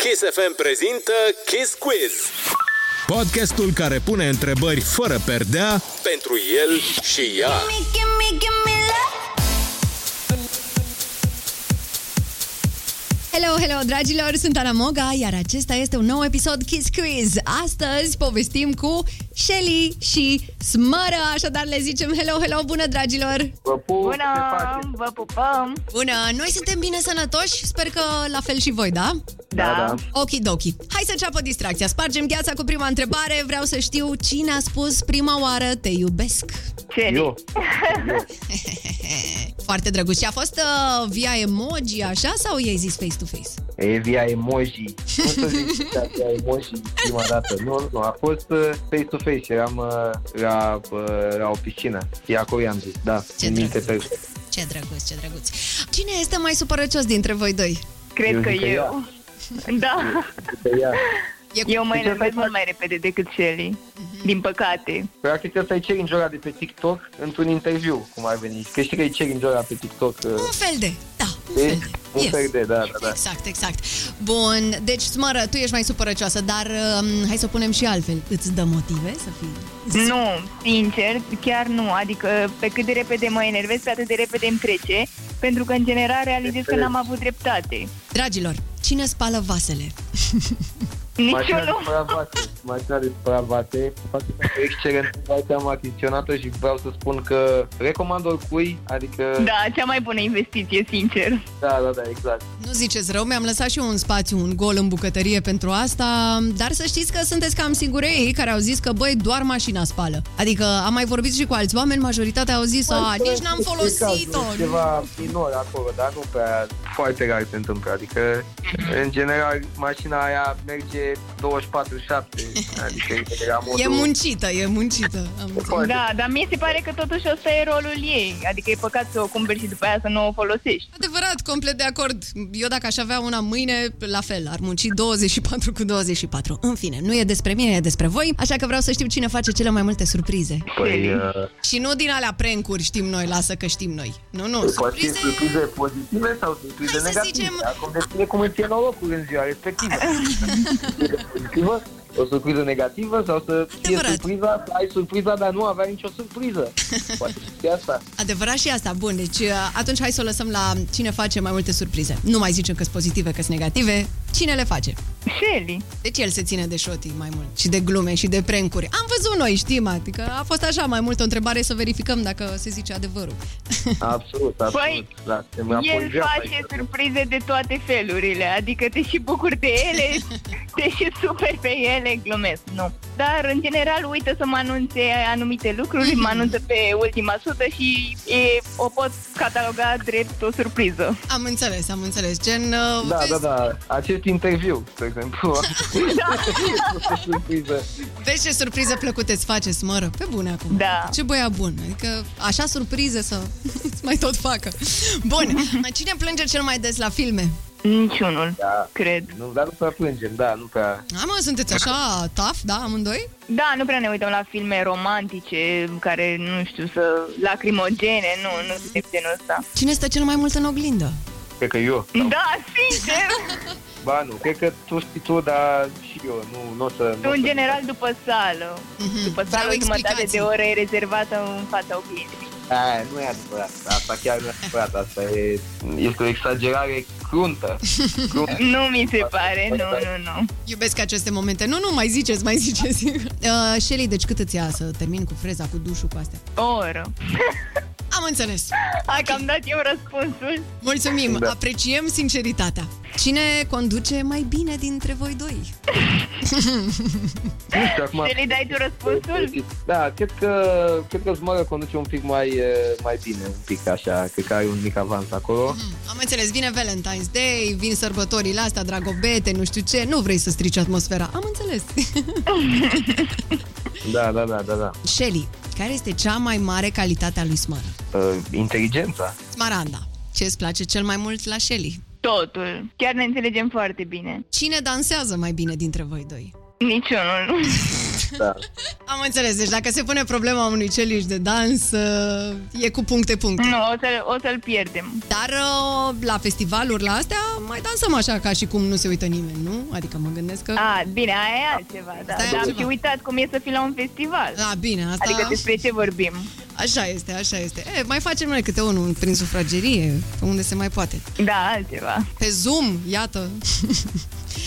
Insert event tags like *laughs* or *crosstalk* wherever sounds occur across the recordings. Kiss FM prezintă Kiss Quiz. Podcastul care pune întrebări fără perdea Pentru el și ea. Hello, hello, dragilor! Sunt Ana Moga, iar acesta este un nou episod Kiss Quiz. Astăzi povestim cu Shelly și Smără, așadar le zicem hello, hello, bună, dragilor! Vă pup, Bună, se face. vă pupăm! Bună! Noi suntem bine sănătoși, sper că la fel și voi, da? Da, da. Okidoki. Hai să înceapă distracția. Spargem gheața cu prima întrebare. Vreau să știu cine a spus prima oară te iubesc. Celi. Eu. *laughs* Eu. Foarte drăguț. Și a fost uh, via emoji, așa, sau i-ai zis face-to-face? E via emoji. Nu să zic *laughs* că via emoji prima dată. Nu, nu, a fost uh, face-to-face. Eram uh, la, uh, la o piscină. Și acolo i-am zis, da, Ce în minte drăguț. pe... Ce drăguț, ce drăguț. Cine este mai supărăcios dintre voi doi? Cred Eu că zic că eu. Da, pe ea. E eu mă enervez mult mai repede decât Shelly. Din păcate. Practic ăsta e challenge ăla de pe TikTok într-un interviu, cum ar veni. Că știi că e challenge ăla pe TikTok. Uh, un fel de, da, un E fel de. un fel de, da, da, da. Exact, exact. Bun, deci, Smără, tu ești mai supărăcioasă, dar um, hai să o punem și altfel. Îți dă motive să fii... Nu, sincer, chiar nu. Adică pe cât de repede mă enervez, pe atât de repede îmi trece. Pentru că, în general, realizez că n-am avut dreptate. Dragilor, cine spală vasele? *laughs* Mașina de Niciunul. spălat vase. Mașina de spălat vase. Foarte Excelent. Foarte am achiziționat-o și vreau să spun că recomand oricui, adică... Da, cea mai bună investiție, sincer. da, da, da exact. Nu ziceți rău, mi-am lăsat și eu un spațiu, un gol în bucătărie pentru asta, dar să știți că sunteți cam singurei care au zis că, băi, doar mașina spală. Adică am mai vorbit și cu alți oameni, majoritatea au zis, a, nici n-am folosit-o. Ceva minor acolo, dar nu prea foarte rar se întâmplă. Adică, în general, mașina aia merge 24-7. Adică, e la modul... E muncită, e muncită. Am înțeles. Foarte. Da, dar mie se pare că totuși ăsta e rolul ei. Adică e păcat să o cumperi și după aia să nu o folosești. Adevărat, complet de acord. Eu dacă aș avea una mâine, la fel, ar munci 24 cu 24. În fine, nu e despre mine, e despre voi, așa că vreau să știu cine face cele mai multe surprize. Păi, Celi. uh, Și nu din alea prencuri știm noi, lasă că știm noi. Nu, nu, Păi poate fi surprize... surprize pozitive sau surprize Hai să negative. zicem- Acum depinde cum îți e norocul în ziua *laughs* respectivă. Surpriză pozitivă, o surpriză negativă sau să fie Adevărat. surpriza, să ai surpriza, dar nu avea nicio surpriză. *laughs* Poate fi asta. Adevărat și asta, bun, deci uh, atunci hai să o lăsăm la cine face mai multe surprize. Nu mai zicem că sunt pozitive, că sunt negative, cine le face? Shelly. Deci el se ține de șotii mai mult și de glume și de prencuri. Am văzut noi, știm, adică a fost așa mai mult o întrebare să verificăm dacă se zice adevărul. *laughs* Absolut, absolut. Păi, da, se mi-a El polvea face aici. surprize de toate felurile, adică te și bucuri de *laughs* ele, te și superi pe ele, glumesc, nu. Dar, în general, uită să mă anunțe anumite lucruri, mă anunță pe ultima sută și e, o pot cataloga drept o surpriză. Am înțeles, am înțeles. Gen, uh, Da, vezi, da, da. Acest interviu, de *laughs* exemplu. da. surpriză. vezi ce surprize plăcute îți face, smără. Pe bune acum. Da. Ce băia bun. Adică așa surprize să *laughs* îți mai tot facă. Bun, cine plânge cel mai des la filme? Niciunul, Da. cred. Nu, dar nu prea plângem, da, nu prea. A, mă, sunteți așa taf, da, amândoi? Da, nu prea ne uităm la filme romantice, care, nu știu, să lacrimogene, nu, nu suntem genul ăsta. Cine stă cel mai mult în oglindă? Cred că eu. Da, sincer, *laughs* Ba, nu, cred că tu știi tu, dar și eu, nu, nu o să... nu o tu, să- în general, după sală. Mhm. După Vreau sală, o jumătate explicații. de oră e rezervată în fața oglinzii. Aia, Da, nu e adevărat, asta chiar nu e adevărat, asta e, este o exagerare cruntă. *laughs* cruntă. Nu mi se pare, nu, nu, nu. Iubesc aceste momente. Nu, nu, mai ziceți, mai *laughs* ziceți. Uh, Shelly, deci cât îți ia să termin cu freza, cu dușul, cu astea? O oră. Am înțeles. Hai că am dat eu răspunsul. Mulțumim, Da. apreciem sinceritatea. Cine conduce mai bine dintre voi doi? Nu știu, acum... Să le dai tu răspunsul? Da, cred că, cred că Zmără conduce un pic mai, eh, mai bine, un pic așa, cred că are un mic avans acolo. Mm, Am înțeles, vine Valentine's Day, vin sărbătorile astea, dragobete, nu știu ce, nu vrei să strici atmosfera. Am înțeles. *laughs* Da, da, da, da, da. Shelly, care este cea mai mare calitate a lui Smară? Uh, inteligența. Smaranda. Ce îți place cel mai mult la Shelly? Totul. Chiar ne înțelegem foarte bine. Cine dansează mai bine dintre voi doi? Niciunul, *laughs* nu. Da. Am înțeles, deci dacă se pune problema unui celiș de dans, uh, e cu puncte-puncte. Nu, o să-l, o să-l pierdem. Dar uh, la festivaluri, la astea, mai dansăm așa ca și cum nu se uită nimeni, nu? Adică mă gândesc că... A, bine, aia e altceva, da. Asta e Dar am altceva. Da, și uitat cum e să fii la un festival. A, Ah, bine, asta... Adică despre ce vorbim. Așa este, așa este. E, mai facem noi câte unul prin sufragerie, pe unde se mai poate. Da, altceva. Pe Zoom, *laughs* iată.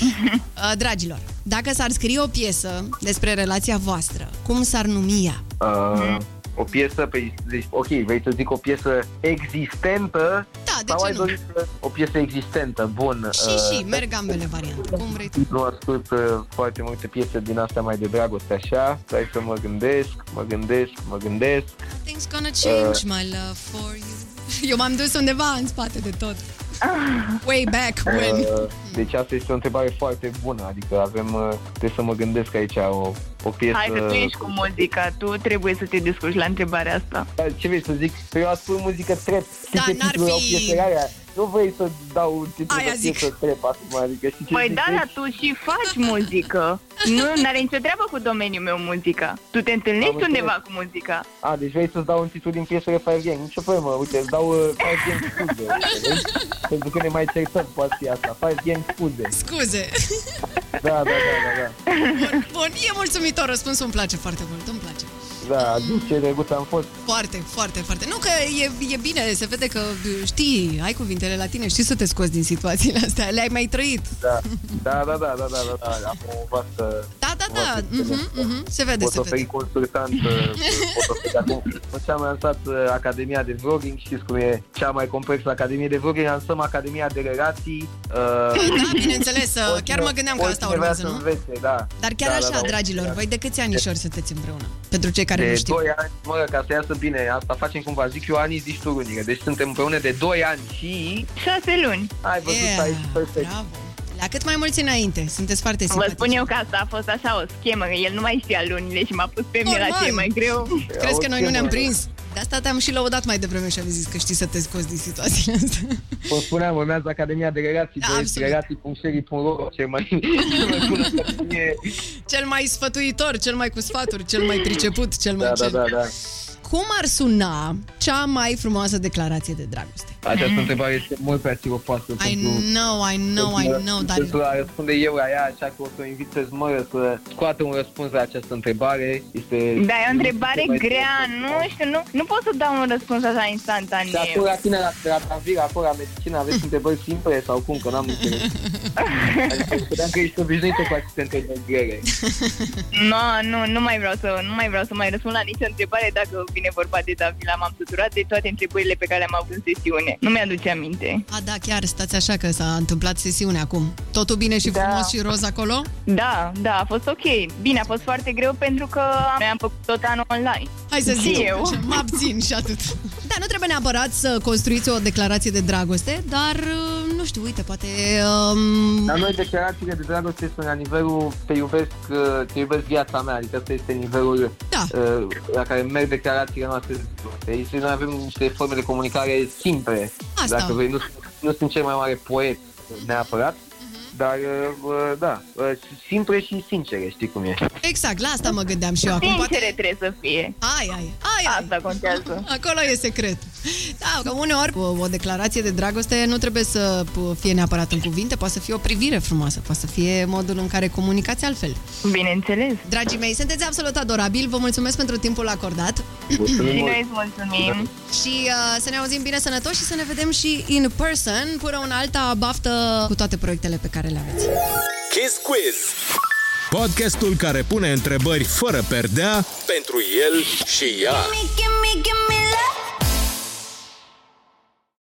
Uh, Dragilor, dacă s-ar scrie o piesă despre relația voastră, cum s-ar numi ea? Mm. Uh, o piesă, pe, deci, ok, vrei să zic o piesă existentă? Da, de sau ce ai nu? dorit să- o piesă existentă, bun. Și, și, uh, merg ambele variante. Cum vrei tu. Nu ascult uh, foarte multe piese din astea mai de dragoste, așa. Stai să mă gândesc, mă gândesc, mă gândesc. Things gonna change my love for you. *laughs* Eu m-am dus undeva în spate de *laughs* tot. Way back when. *laughs* Uh, deci asta este o întrebare foarte bună, adică avem, uh, trebuie să mă gândesc aici o, o piesă... Hai că tu ești cu muzica, tu trebuie să te descurci la întrebarea asta. Dar ce vrei să zic? Păi eu ascult muzică trap. Da, ce n-ar titlul e o fi- piesă aia? Nu vrei să dau titlul Aia de zic. piesă trap acum, adică știi ce Păi zic? da, dar tu și faci muzică. Nu, n-are nicio treabă cu domeniul meu muzica. Tu te Am întâlnești înțeles. undeva cu muzica. A, deci vrei să-ți dau un titlu din piesele Five Gang. Nici o problemă, uite, îți dau uh, Five Gang Scuze. înțelegi? Pentru că ne mai certăm, poate fi asta. Five Gang Scuze. Scuze. *laughs* Da, da, da, da. da. Bun, bun, e mulțumitor răspunsul, îmi place foarte mult, îmi place. Da, aduc ce drăguț am fost. Foarte, foarte, foarte. Nu că e, e bine, se vede că știi, ai cuvintele la tine, știi să te scoți din situațiile astea, le-ai mai trăit. Da, da, da, da, da, da, da, da. Am o vastă... Da, da, da, vastă mhm, mhm, se vede, Pot se oferi vede. consultant, uh, pot oferi acum. După ce am lansat uh, Academia de Vlogging, știți cum e cea mai complexă Academie de Vlogging, lansăm Academia de Relații. Uh, *laughs* Da, *laughs* bineînțeles, chiar mă gândeam că asta oricine vrea urmează, să nu? Învețe, da. Dar chiar da, așa, da, da, dragilor, da. voi de câți anișori sunteți împreună? Pentru cei care nu De știu. 2 ani, mă, ca să iasă bine, asta facem cumva, zic eu ani, zici tu runică. Deci suntem împreună de 2 ani și Șase luni. ai văzut yeah, aici perfect. bravo. La cât mai mulți înainte, sunteți foarte Vă simpatici. spun eu că asta a fost așa o schemă, că el nu mai știa lunile și m-a pus pe mine la Normal. ce e mai greu. Crezi că Auzi, noi ce nu ne-am mă- prins? De asta te-am și lăudat mai devreme și am zis că știi să te scoți din situația asta. *laughs* Vă spuneam, urmează Academia de Relații, Da, de absolut. relații.sherry.ro, cel mai, *laughs* cel mai bună academie. Cel mai sfătuitor, cel mai cu sfaturi, cel mai priceput, cel mai Da, da, cel. da, da. Cum ar suna cea mai frumoasă declarație de dragoste? Această întrebare este mult prea siropoasă I pentru... know, I know, I know, dar... Pentru a răspunde eu la ea, așa că o să o invit să-ți mără să scoată un răspuns la această întrebare. Este... Da, e o întrebare este mai grea, greu. nu știu, nu, nu pot să dau un răspuns așa Și acolo instantaneu. la tine, la, la Tavira, acolo la medicină, aveți întrebări simple sau cum, că n-am înțeles. Adică credeam că ești obișnuită cu aceste întrebări grele. No, nu, nu mai vreau să, nu mai vreau să mai răspund la nicio întrebare dacă vine vorba de Davila, m-am săturat de toate întrebările pe care le-am avut în sesiune. Nu mi-aduce aminte. A, da, chiar, stați așa că s-a întâmplat sesiunea acum. Totul bine și Da. frumos și roz acolo? Da, da, a fost ok. Bine, a fost foarte greu pentru că noi am făcut tot anul online. Hai să Și zic, eu. așa, mă abțin și atât. *laughs* Da, nu trebuie neapărat să construiți o declarație de dragoste, dar, uh, nu știu, uite, poate... Um, La noi declarațiile de dragoste sunt la nivelul te iubesc, uh, te iubesc viața mea, adică asta este nivelul Da. uh, la care merg declarațiile noastre. de dragoste. Aici noi avem niște forme de comunicare simple, Asta. dacă vrei, nu, nu sunt cel mai mare poet neapărat, dar uh, uh, da, uh, simple și sincere, știi cum e. *laughs* exact, la asta mă gândeam și eu acum. Poate... Sincere trebuie să fie. Ai, ai, ai, ai. Asta contează. Acolo e secret. Da, că uneori o, o declarație de dragoste nu trebuie să p- fie neapărat în cuvinte, poate să fie o privire frumoasă, poate să fie modul în care comunicați altfel. Bineînțeles. Dragii mei, sunteți absolut adorabili, vă mulțumesc pentru timpul acordat Și Mulțumim mult. noi îți mulțumim. și uh, să ne auzim bine sănătoși și să ne vedem și in person, până una alta baftă cu toate proiectele pe care le aveți. Kiss Quiz. Podcastul care pune întrebări fără perdea Pentru el și ea. Gimme, gimme, gimme